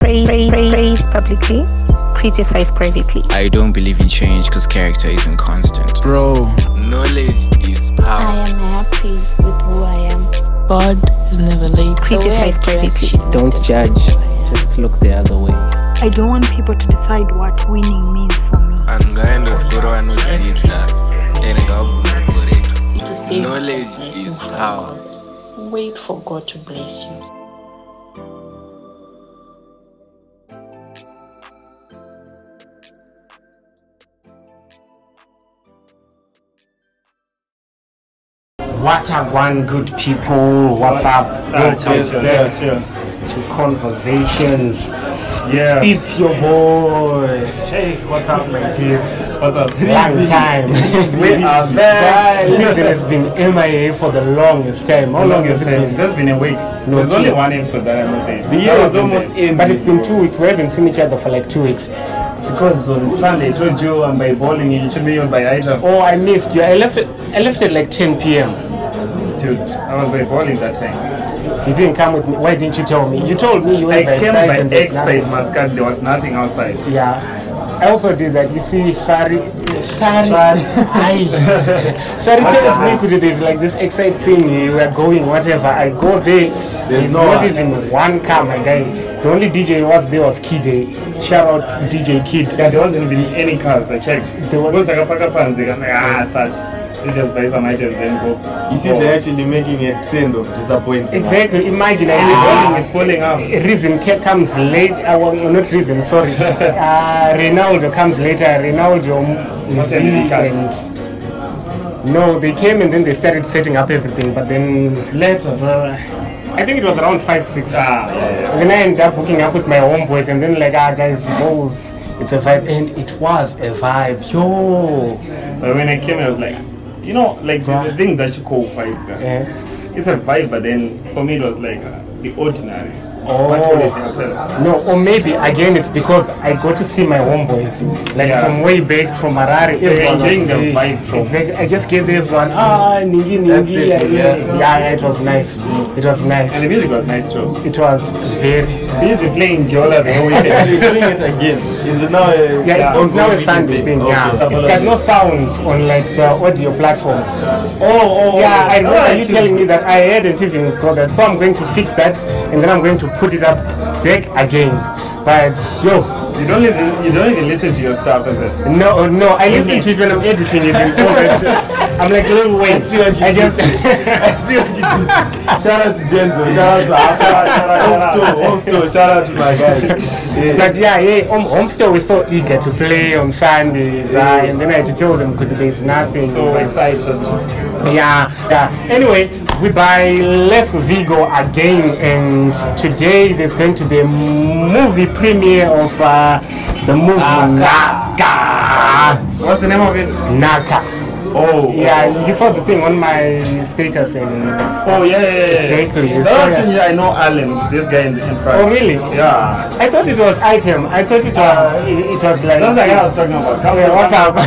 praise, praise publicly, criticize privately. I don't believe in change because character isn't constant. Bro, Knowledge is I power. am happy with who I am. God is never late. The way I Criticize dress privately. should not Don't define judge. who I am. Just look the other way. I don't want people to decide what winning means for me. anganda kutora vanozviridza ende ngavabvume kuretu To save knowledge yourself, is blessing from power God. Wait for God to bless you. What a one good people, what's up? Ah, Welcome cheers, yeah, back cheers. to Conversations. Yeah. It's your boy. Hey, what's up, man? Jeez, What's up? long time. we are back. Listen, it's been MIA for the longest time. How How long long has is it it? It's been? just been a week. No, There's two. only one episode that I'm not there. The year That was wasn't almost there. in, but it's been two weeks. We haven't seen each other for like two weeks. Because on Sunday, I told you I'm by bowling, you told me you're by item. Oh, I missed you. I left. It, I left at like 10 p.m. Dude, I was by bowling that time. You didn't come with me. Why didn't you tell me? You told me you I went by came side by and there's exit nothing. Muscat, there was nothing outside. Yeah. I also did that. You see, Shari. Shari. Shari. Shari, Shari tells me, could there's like this excite thing, eh, we're going, whatever. I go there. There's no not one. even one car, my guy. The only DJ who was there was Kid. eh. Shout out DJ Kid. Yeah, there wasn't even any cars. I checked. There was- Because I got parked up and they got like, ah, such. Let's just buy some items then go. You see, Go. they're actually making a trend of disappointment. Exactly. Imagine I Bowling is did pulling up. Reason ca- comes late. I want not reason. Sorry. Uh, Ronaldo comes later. Ronaldo, Not Zee Enrique. and no, they came and then they started setting up everything. But then later, uh, I think it was around five six. Ah, yeah, yeah. Then I ended up hooking up with my homeboys, and then like, ah, guys, goes. It's a vibe, and it was a vibe, yo. But when I came, I was like, you know, like the, the thing that you call vibe, uh, Yeah. it's a vibe, but then for me, it was like uh, the ordinary. Oh. What all is yourself. No, or maybe again it's because I got to see my homeboys like Yeah. from way back from Harare. So you're everyone was enjoying the there. vibe from- Exactly. I just gave everyone ah ningi That's ningi it, yeah, yeah. yeah. yeah it was nice it was And the nice music was nice too. it was very Busy playing Jola the whole Are you weekend. doing it again? Is it now a yeah, it's, it's now a ongoing Sunday thing yeah Okay. it's got no sound on like the audio platforms oh oh yeah I remember Alright. you telling me that I hadn't even got that so I'm going to fix that and then I'm going to put it up back again but yo you don't listen. You don't even listen to your stuff, is it? No, no, I listen Okay. to it when I'm editing it. and all that. I'm like, little wait. I, see what you just, See what you did. Shout out to Denzel. Shout out to Shout out, shout out, Home shout out. Store. Home Store. Shout out to my guys. Yeah. but yeah, yeah, home, home still was so eager to play on Sunday, right? And then I had to tell them, could there's nothing. So but- excited. yeah, yeah. Anyway, we buy Les Vigo again, and today there's going to be a movie premiere of uh, the movie Naka. What's the name of it? Naka. Oh. Yeah, you saw the thing on my status and Oh yeah, yeah, yeah. yeah. Exactly, you saw That's that. when I know Alan, this guy in, in France. Oh, really? Yeah. I thought it was item. I thought it was it, it was like That's the guy I was talking about. Come Yeah, on, what's come up? on.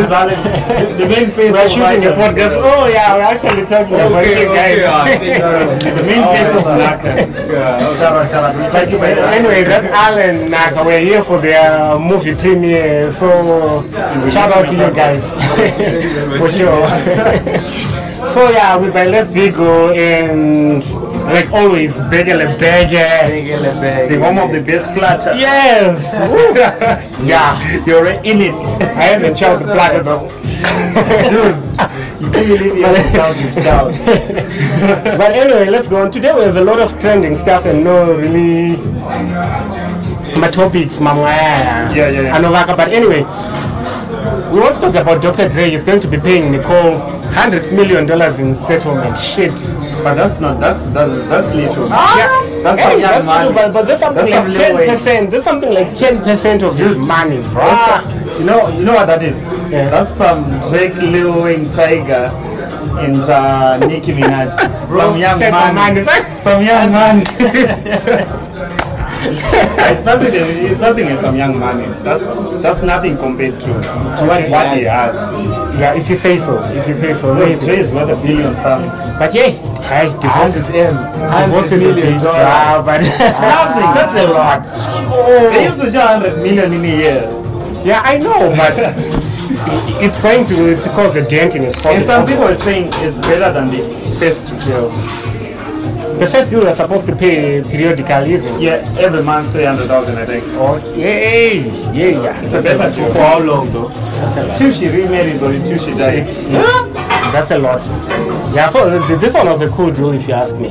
This Alan, the main face We're of shooting a Naka. podcast. Oh yeah, we're actually talking about you guys. The main face of Naka. oh, But anyway, that's Alan Naka. We're here for their movie premiere, so shout out to you guys for sure. so yeah, we by Les Vigo and like always, Begele Begele. The home of the best platter. Yes. Woo. yeah, You're in it. I haven't chopped the platter though. but anyway, let's go on. Today we have a lot of trending stuff and no really my topics, mama. Yeah, yeah, yeah. Anovaka. But anyway, we also talked about Dr. Dre. He's going to be paying Nicole hundred million dollars in settlement. Shit. But that's not that's that's, that's little. yeah, that's Ah, hey, some young that's money. true, but, but that's something That's like some ten leeway. percent. That's something like ten percent of his money, bro. That's, you know you know what that is? Ah. Yeah. That's some Drake Lil Wayne Tiger and uh, Nicki Minaj. some young check my man. money. Some young man. it's nothing. It's nothing. in some young money. That's that's nothing compared to, to what, what he has. Yeah, if you say so, if you say so. Wait, Wait, Dre is worth a billion pounds. but yeah, Right? Divorce Hundreds is M's. divorce Hundreds is a million big dollars. job, but Nothing. Oh. That's a lot. They used to charge 100 million in a year. yeah, I know, but it's going to, to cause a dent in his pocket. And some people are saying it's better than the first to tell. the first bill you're supposed to pay periodically, isn't it? Yeah, every month 300,000, I think. Okay, yeah, yeah. It's a better deal. For how long though? Till she remarries or till she dies. That's a lot. Yeah, so uh, th- this one was a cool deal if you ask me.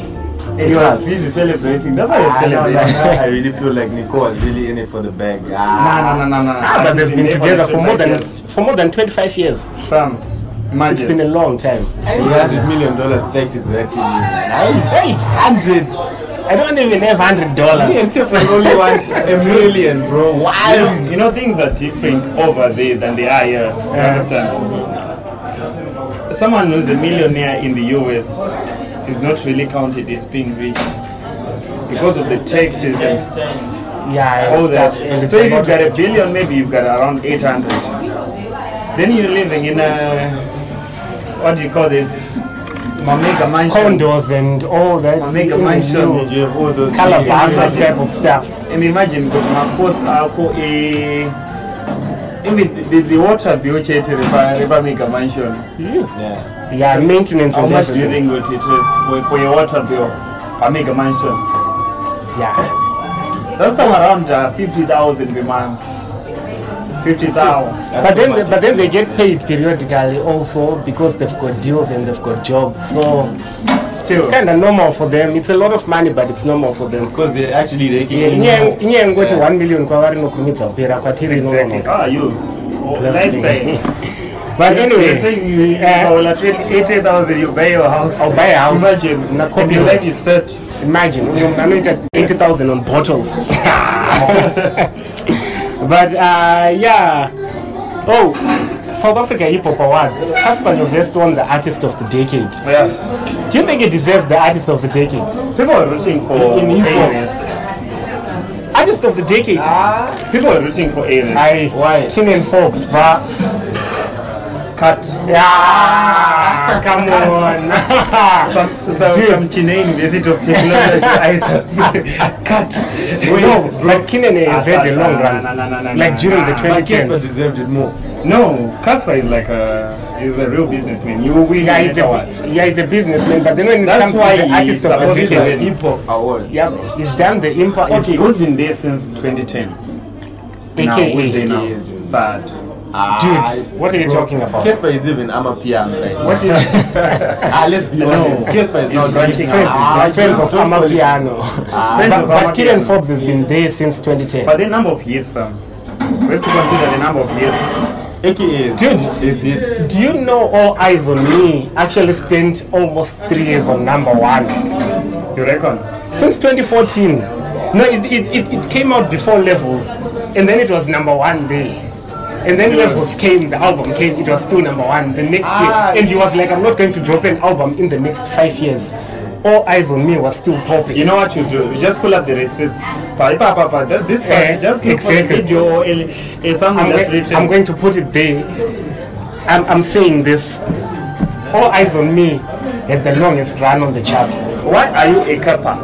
And he Ah. was busy celebrating. That's why I you're don't know. celebrating. I really feel like Nicole was really in it for the bag. Ah. No, no, no, no, no. Ah, but they've been there together for more 25 than years. for more than 25 years. Fam, It's been imagine. a long time. $100 million dollars fact is that in Hey, you. 100. I don't even have hundred Me dollars. and Tiffany only want a million, bro. You Why? know, you know, things are different over there than they are here. You understand? Someone who's a millionaire in the US is not really counted as being rich because of the taxes and Yeah, all that. And So if you've got a billion, maybe you've got around 800. Then you're living in a, what do you call this? Mamega mansion. condos and all that. I'll make a in the mansion. news, have all those Calabasas Yeah. type of stuff. And imagine kuti makosi ako e even the, the water bill chete repa- repamega mansion Yeah. Yeah, maintenance how and much do you everything. think that it is for, for your water bill pamega mansion Yeah, that's some around uh, 50000 per month 50000 but then but then they get paid periodically also because they've got deals and they've got jobs. So still it's kind of normal for them. It's a lot of money, but it's normal for them. Because they're actually raking Mm. in. Inye- inye ngoti Yeah. 1 million kwavarinokimidza kupera kwatiri exactly inonoka how are you Oh, lifetime but They say anyway you, you Eh. uh, 80000 you buy your house I'll buy a house. imagine Na and your computer. life is set imagine uyo munhu anoita 80000 on bottles but uh, yeah oh south africa hip hop awards casper novest won the artist of the decade yeah. do you think he deserves the artist of the decade people are rooting for In hip hop. Aries. artist of the decade People are rooting for Aries. i Ah. Why? Kenan Fox, but Cut. yeah, come on. Some, some, Dude. some Chennai University of Technology items. Cut. no, but Kenan Ah, has had a Nah, long nah, run, nah, nah, nah, nah, like nah, during the nah. But Casper 2010s. deserved it more. No, Casper is like a is a real businessman. You will win Yeah, no he's matter what. a, yeah, he's a businessman, but then when it That's comes why to the he artist of the supported decade, it. Hip Hop Awards. Yep, he's done the impact. Okay, who's been there since 2010? Now, who's AKA. there now? AKA. Sad. Ah, Dude, what are you bro, talking about? Casper is even Amapiam right now. What is ah, let's be No. honest. Casper is He's not branching doing- out. Ah, friends, friends of don't call it- Amapiano? Ah. Friends but of but Amapiano. Killian Forbes has been there since 2010. But the number of years, fam. We have to consider the number of years. AKA is, Dude. is hits. Do you know All Eyes on Me actually spent almost three years on number one? You reckon? Since 2014. No, it, it, it, it came out before Levels, and then it was number one there. And then Yeah. Levels came, the album came, it was still number one the next Ah. year. And he was like, I'm not going to drop an album in the next five years. All Eyes on Me was still popping. You know what you do? You just pull up the receipts. Pa, pa, pa, pa. That, this part, Eh, just look for exactly. the video or any- eh, something I'm, that's going- written. I'm going to put it there. I'm, I'm saying this. All Eyes on Me had the longest run on the charts. Why are you a kappa?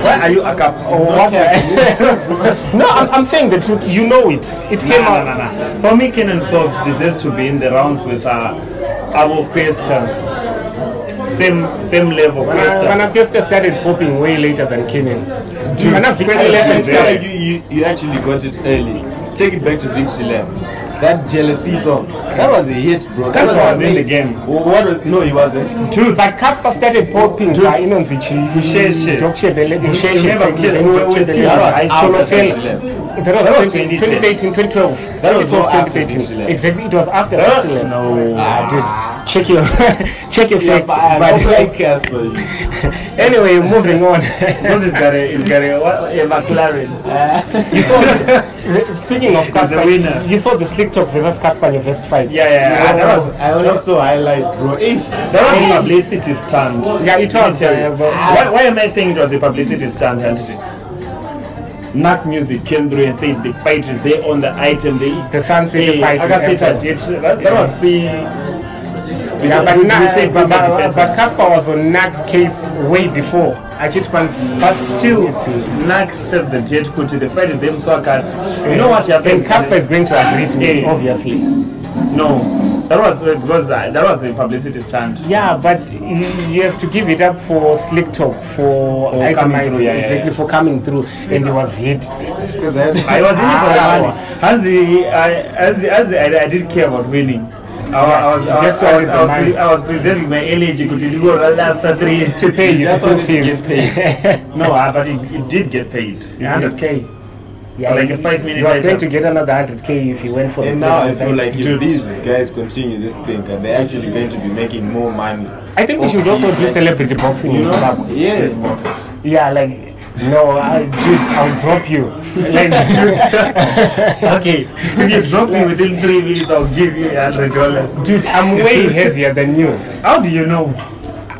Why are you Oh, a kappa? What the- no, I'm, I'm saying the truth. You know it. It came Nah, out. nah, nah, nah. For me, Kenan Forbes deserves to be in the rounds with uh, our question. Same same level When I- When question. Anaquesta started popping way later than Kenan. When It's Anaquesta like- it's like started, you, you, you actually got it early. Take it back to Victory Lab. That jealousy song. That was a hit, bro. That Casper was in a hit. the game. Wh- What? was- No, he wasn't. dude, but Casper started popping by Inonzichi, Musheshe. Dokshebele, Musheshe, remember Musheshe? We were- we were still- That Dokshebele, was out of Solofela. Victory Lab. That was That was 20- 2012. 2013, 2012. That was 2012, not after 2013. Victory Lab. Exactly, it was after Huh? Victory Lab. No. Ah, dude, check your check your Yeah, facts. but uh, I But- don't like Casper. you. anyway, moving on. Because he's got a, he's got a, what, a McLaren. you saw the, speaking of Casper, winner. you saw the Slick Talk versus Casper Novest fight. Yeah, yeah, yeah. That was I only saw highlights, bro. Ish. that was a publicity stunt. Yeah, it Let me was, tell yeah, you. but- Why, why am I saying it was a publicity stunt? Antony? Knack Music came through and said the fight is there on the item. They The Sun City Hey, fight. like I said, I did. That, that was being Yeah, but, we na, say but, but, competitor. but Casper was on Nag's case way before. Achitpan's But still, Nax said the jet kuti the fight is them so cut. You know what happened? And Casper is going to agree to it, Yeah. obviously. No, that was uh, because uh, that was a publicity stunt. Yeah, but you, you have to give it up for slick talk, for coming itemizing, through, yeah, yeah, exactly yeah. for coming through, and he was hit. Because I had- I was in it for the Ah. money. Hanzi, I, as as I, I did care about winning. I, wa- I was, I was, Just I was, wanted I was, the pre- money. I was preserving my energy. Could you go last three to Pay his Just school wanted to fees. get paid. No, uh, but it, it did get paid. Hundred k. Yeah, Like he- a five-minute He was item. going to get another 100k if he went for And the now I third feel like if Dude. these guys continue this thing, are they actually going to be making more money? I think we should also do celebrity boxing in Zimbabwe. Yes, but Yeah, like, no, I, dude, I'll drop you. Like, Okay, if you drop me within three minutes, I'll give you hundred dollars. dude, I'm way heavier than you. How do you know?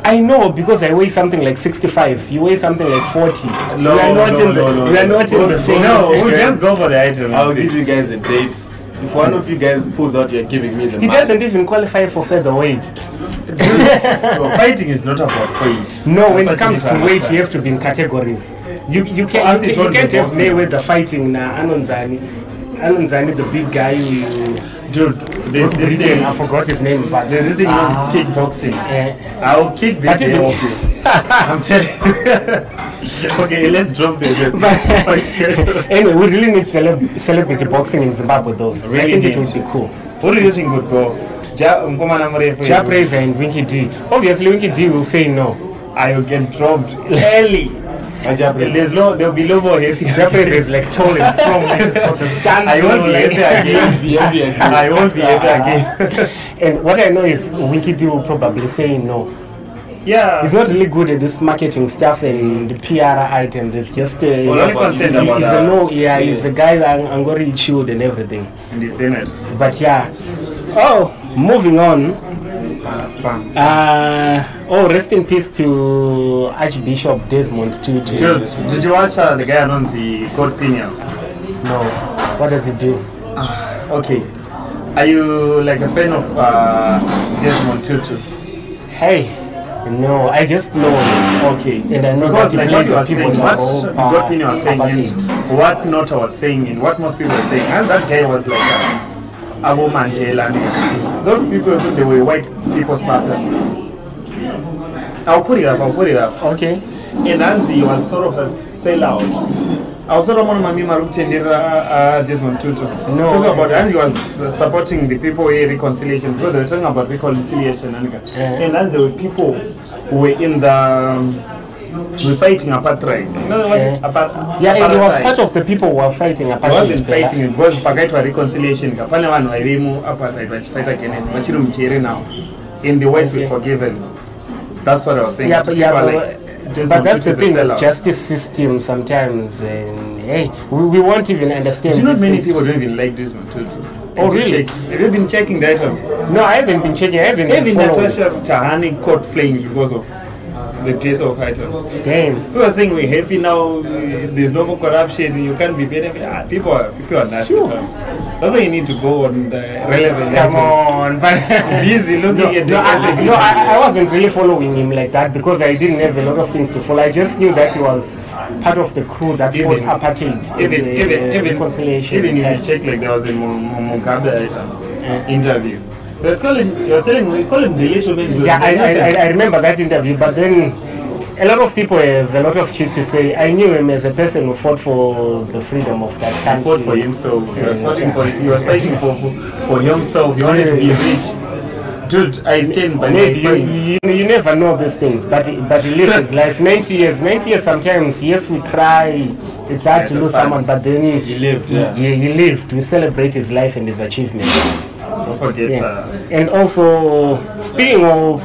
I know because I weigh something like 65. You weigh something like 40. No, we are not no, in the, no, no, we are not in the same. No, we'll just go for the item. I'll and see. give you guys a date. If one of you guys pulls out, you're giving me the He money. doesn't even qualify for featherweight. So fighting is not about weight. No, when it That's comes what to you weight, need you have to be in categories. You you As can you, it can, was you in can't have boxing. Mayweather fighting na Anonzani. Anonzani, the big guy who understand. Dude, there's this Britain, I thing. forgot his name, but There's this thing called Ah. kickboxing. Eh. I'll kick this But if game you- off you. I'm telling you. okay, let's drop this. But anyway, we really need celeb- celebrity boxing in Zimbabwe, though. I Really think need. it would be cool. What do you think would go? Ja, Mkomana Mrefu. Jab Raver and Winky D. Obviously, Winky D will say no. I will get dropped early. Ajab, There's no, there'll be no more happy. Jab Raver is like tall and strong, like he's got the stance. I you won't know, be like- happy again. behavior again. I won't be happy again. And what I know is Winky D will probably say no. yeah. He's not really good at this marketing stuff and the PR items. It's just uh, Well, I'm he's- concerned he's about that. a uh, no, yeah, he's a guy that I'm going to chewed and everything. In the Senate. But yeah. Oh, moving on. Uh, oh, rest in peace to Archbishop Desmond Tutu. Dude, did you watch uh, the guy on the court Pinion? No, what does he do? Okay. Are you like a fan of uh, Desmond Tutu? Hey, no, I just know. Okay. And I know because that he like what played you the are people uh, saying, what who are God Pinion was saying, about and what Nota was saying, and what most people were saying, and that guy was like uh, Abu Mandela. and Those people, they were white people's prophets. I'll put it up, I'll put it up. Okay. and anzi was sort of a sellout ausoromona mamima ari kutenderera uh, desmond tutu No. talk about anzi was uh, supporting the people wereconciliation because they were talking about reconciliation anika Yeah. and anzi were people who were in the um, were fighting apartheid you know, it was Yeah. apar- Yeah, and he was apartheid. part of the people who were fighting I wasn't apartheid. fighting it because pakaitwa reconciliation ka pane vanhu vaivemo apartheid vachifight against vachiri mujeri now and the whites were Okay. forgiven that's what i was saying Yeah, but, yeah, People are but, Desmond but that's Tutu the is a thing with sellout. justice system sometimes. And hey, we, we won't even understand. Do you know these many things. people don't even like this one too? Oh, really? Have you been checking the items? No, I haven't been checking. I haven't been Even following. Natasha Tahani caught flames because of the death of item. Damn. People are saying we're happy now, uh, there's no more corruption, you can't be benefit. Ah, people are people are nasty. huh? That's why you need to go on the relevant Come items. on, but Busy looking no, no, at the I, I- no, I, I wasn't really following him like that because I didn't have a lot of things to follow. I just knew that he was part of the crew that fought Even- apartheid, even the even even reconciliation. even if you and- check like there was a Mu- Mu- Mugabe item interview. They was calling you're telling we call him the little man. he was yeah, I, I, innocent. I- I remember that interview, but then a lot of people have a lot of shit to say. I knew him as a person who fought for the freedom of that country. He fought for himself. He was Yeah. fighting for he was fighting for for, for himself. He wanted to be rich. Dude, I stand by my Maybe you, point. you, you never know these things, but but he lived his life. Ninety years, ninety years. Sometimes, yes, we cry. It's hard Yeah, to that's lose fine. someone, but then he lived, yeah. He, he lived. We celebrate his life and his achievements. Don't forget. Yeah. Uh, And also, speaking of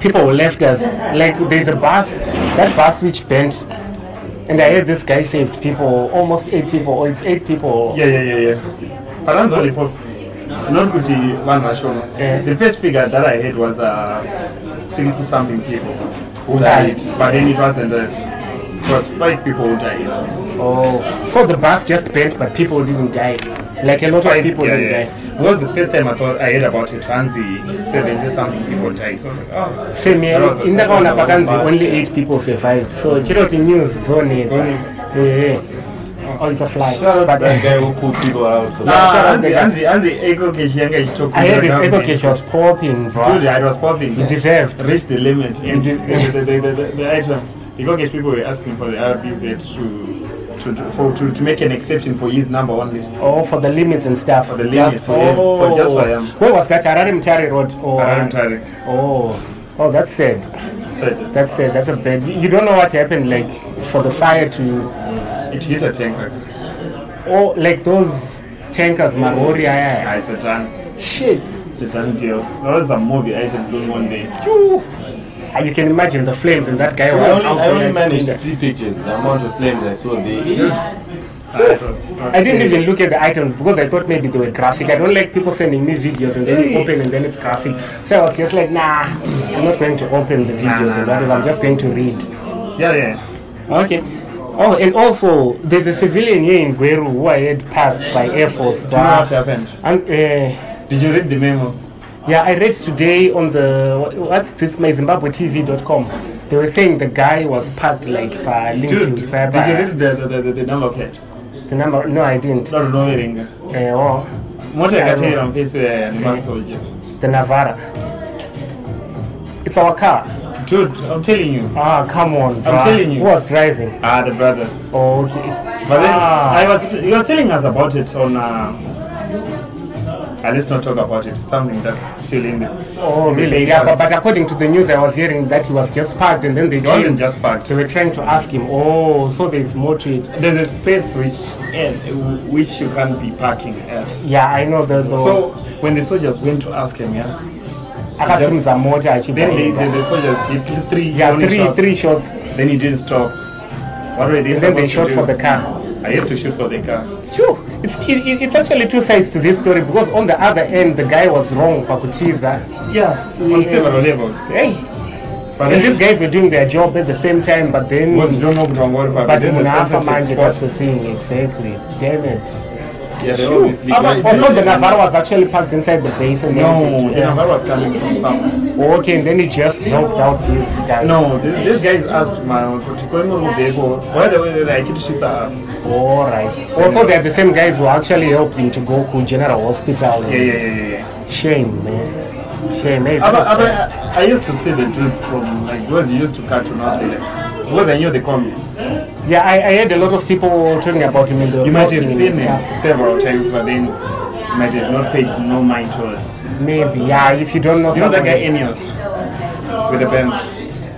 people who left us, like there's a bus, that bus which bent, and I heard this guy saved people, almost eight people, or it's eight people. yeah, yeah, yeah, yeah. But that's only for not good. the One Rashoma. Yeah. The first figure that I had was uh, sixty something people who died, Died. but then it wasn't that. It was five people who died. Oh, so the bus just bent, but people didn't die. Like a lot of Five- people yeah, didn't yeah. die. Because the first time I thought I heard about it, Transi, 70 something people died. So I was like, oh. same here. That was the first indakaona time I was pakanzi embarrassed. only eight people survived so chinoti news dzonetsa Dzonetsa. Yeah. Oh, it's a fly. Shout out But, to that guy who pulled people out of the Nah. Ah, shout out Anzi, to Anzi, Anzi, Echo Cash, Yanga, she took I heard this echo cage was popping, bro. Dude, I was popping. It deserved. Reached the limit. And the, did- the, the, the, the, the item. Echo Cash people were asking for the RBZ to, to, to, for, to, to make an exception for his number only. Oh, for the limits and stuff. For the limit. for him. Oh. For just for him. Where was that? Harare Mtare Road. Or Aram Tariq. Oh, oh, that's sad. said it. That's sad. That's a bad. You you don't know what happened, like for the fire to, It hit a Ah, tanker. oh, like those tankers, Mm-hmm. Marori. Yeah, Yeah, it's a tan. Shit. It's a tan deal. There was some movie items going on there. Phew. Ah, You can imagine the flames and that guy I was. only, out I only there. managed to see pictures, the amount of flames I saw there. Ah, it was- it was I didn't even serious. look at the items because I thought maybe they were graphic. I don't like people sending me videos and then you Hey. open and then it's graphic. So I was just like, nah, I'm not going to open the videos nah, and whatever. I'm just going to read. Yeah, yeah. Okay. Oh, and also, there's a civilian here in Gweru who I had passed by Air Force. Do you know But, what happened? and, uh, Did you read the memo? yeah, I read today on the, what- what's this, my ZimbabweTV.com. They were saying the guy was parked like by Dude, Linfield. did by- you by- read the, the, the, the, the number plate? The number, no, I didn't. Not knowing. Uh, oh, Mota Yeah, I yakatera know. mufesi weman's uh, soldier. the Navara. It's our car. Dude, I'm telling you. Ah, come on. I'm telling you. Who was driving? Ah, the brother. Oh, okay. But then ah, I was he was telling us about it on uh, uh, let's not talk about it. Something that's still in the oh, really? Yeah, but, but according to the news, I was hearing that he was just parked and then they it wasn't came. just parked. They were trying to ask him, oh, so there's more to it. There's a space which eh, which you can't be parking at. Yeah, I know the. the So when the soldiers went to ask him, yeah, akasimza mota then the, achipa- the, the soldiers he took three yeah, only three, shots. three shots. Then he didn't stop. What were they And then they supposed shot to do? for the car. I have to shoot for the car. Phew, It's, it, it- it's actually two sides to this story because on the other end, the guy was wrong, Pakutiza. Yeah, on several levels. Hey, But and these guys were doing their job at the same time, but then. was John Ogdongor, But but it is a munafa manje sensitive that's spot. the thing exactly damn it Yeah, they obviously How got much- it. also the navarro was actually parked inside the base and No, then the number was coming from somewhere. yeah. okay and then he just knocked out these guys No, th- these guys asked my to go in the vehicle. By the way, I kid shit up. all right also they're the same guys who actually helped him to go to general hospital Yeah, yeah, yeah, yeah, yeah. shame man shame hey, Aba, that's- Aba, I, I used to see the dude from like because he used to cut to not really. Because I knew the comic. yeah I, I heard a lot of people talking about him in the You might have posting and seen stuff. him several times, but then you might have not paid no mind to it. maybe yeah if you don't know You know that guy someone- Enios with the bands.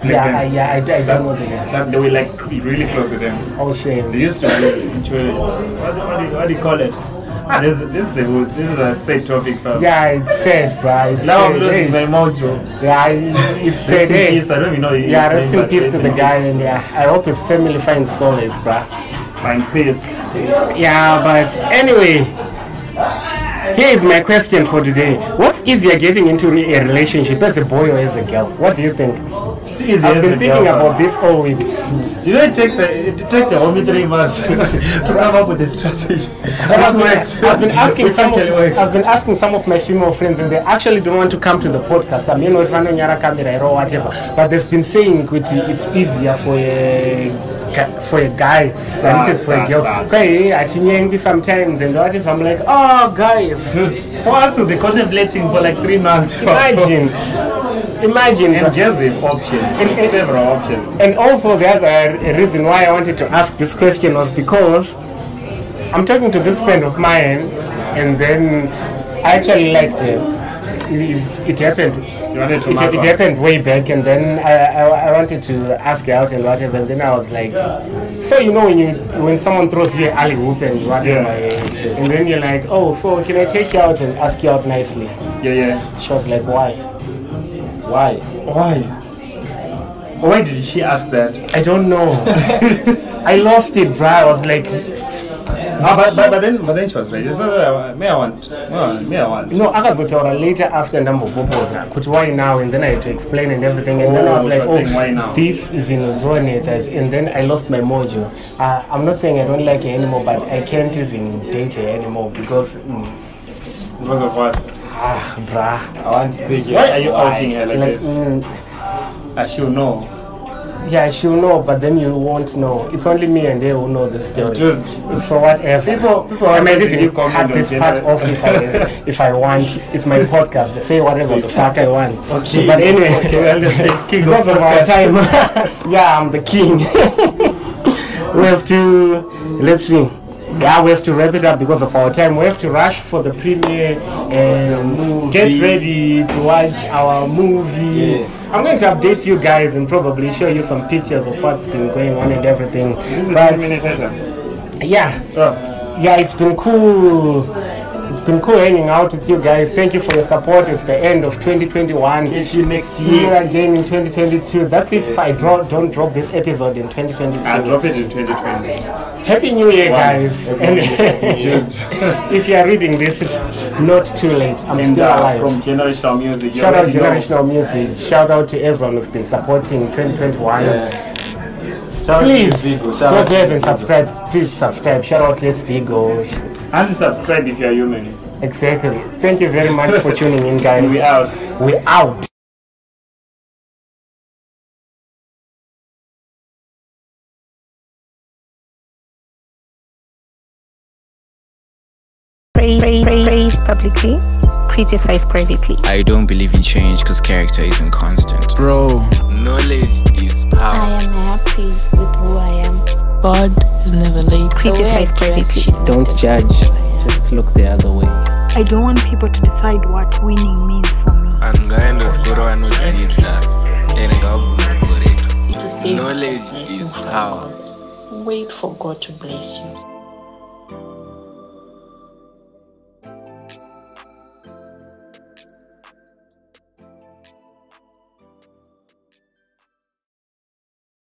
Black yeah I, bands. yeah I, I don't That, know the guy that they were like really close with them. oh shame They used to be into what, do- what, do you, what do you call it? Ah, this, this is a good- this is a sad topic. But yeah it's sad bro it's Now I'm sad. losing Hey, my mojo. yeah I- it's sad Rest in hey. peace. I don't even know. his Yeah, name, rest in but peace rest to the in guy, and yeah, I hope his family finds solace, bruh. Find peace. Yeah, but anyway, here is my question for today: What's easier, getting into re- a relationship as a boy or as a girl? What do you think? It's easy. I've as been a thinking girl, about this all week. but- You know, it takes a, it takes a only three months to come up with a strategy. I've It been- works. I've been asking It some. actually Of, works. I've been asking some of my female friends, and they actually don't want to come to the podcast. I mean, if I know Nyara camera or whatever, but they've been saying Kuti, it's easier for a gu- for a guy than it is for a Sad, girl. sad, sad. Hey, I think sometimes, and what if I'm like, oh, guys, Dude, for us to be contemplating for like three months. imagine, imagine. And gives him options, And- and- several options. And also the other reason why I wanted to ask this question was because I'm talking to this friend of mine, and then I actually liked her. It, it happened. You wanted to It, mark it one. happened way back, and then I, I, I wanted to ask her out and whatever. And then I was like, so you know when you when someone throws you alley whoop and whatever, Yeah. and then you're like, oh, so can I take you out and ask you out nicely? Yeah, yeah. She was like, why? Why? Why? Why did she ask that? I don't know. I lost it, bro. I was like, Ah, but, but, but then but then she was ready. So uh, may I want? Well, may I want? no, akazotaura later after ndambopopota kuti why now and then I had to explain and everything and then I was Oh, like, you were saying why now. oh, this is inozoneta and then I lost my mojo. Uh, I'm not saying I don't like her anymore, but I can't even date her anymore because mm, Because of what? Ah, bruh. I want to take it. Why are you outing her like this? mm, I should know. yeah, she'll know, but then you won't know. It's only me and they who know the story. Dude. So whatever. People, people are I might making you even comment cut on this part general- off if I, if I want. It's my podcast. Say whatever the fuck I want. Okay. But anyway, Okay, well, let's say king of because of our podcast. time, yeah, I'm the king. we have to, let's see. Yeah, we have to wrap it up because of our time. We have to rush for the premiere and get Movie. ready to watch our movie. Yeah. I'm going to update you guys and probably show you some pictures of what's been going on and everything. This is But three minutes later. yeah, Oh, yeah, it's been cool. It's been cool hanging out with you guys. Thank you for your support. It's the end of 2021. Get you next See you year. again in 2022. That's if I draw, don't drop this episode in 2022. I drop it in 2020. Happy New Year, Wow. guys! And if you are reading this, it's not too late. I'm And still uh, from alive. generational music. you Shout out already know. generational music. Shout out to everyone who's been supporting 2021. Yeah. Shout out to Please, Zigo. Shout go out to ahead and Zigo. subscribe. Please subscribe. Shout out Les Vigo. Unsubscribe if you're human. Exactly. Thank you very much for tuning in, guys. We out. We out. Praise, praise, praise publicly, criticize privately. I don't believe in change because character isn't constant. Bro, knowledge is I power. am happy with who I am. God is never late. The way I Criticize dress privately. should not Don't define judge. who I am. Just look the other way. I don't want people to decide what winning means for me. anganda kutora vanozviita ende ngavabvumire To save knowledge is a is blessing. power Wait for God to bless you.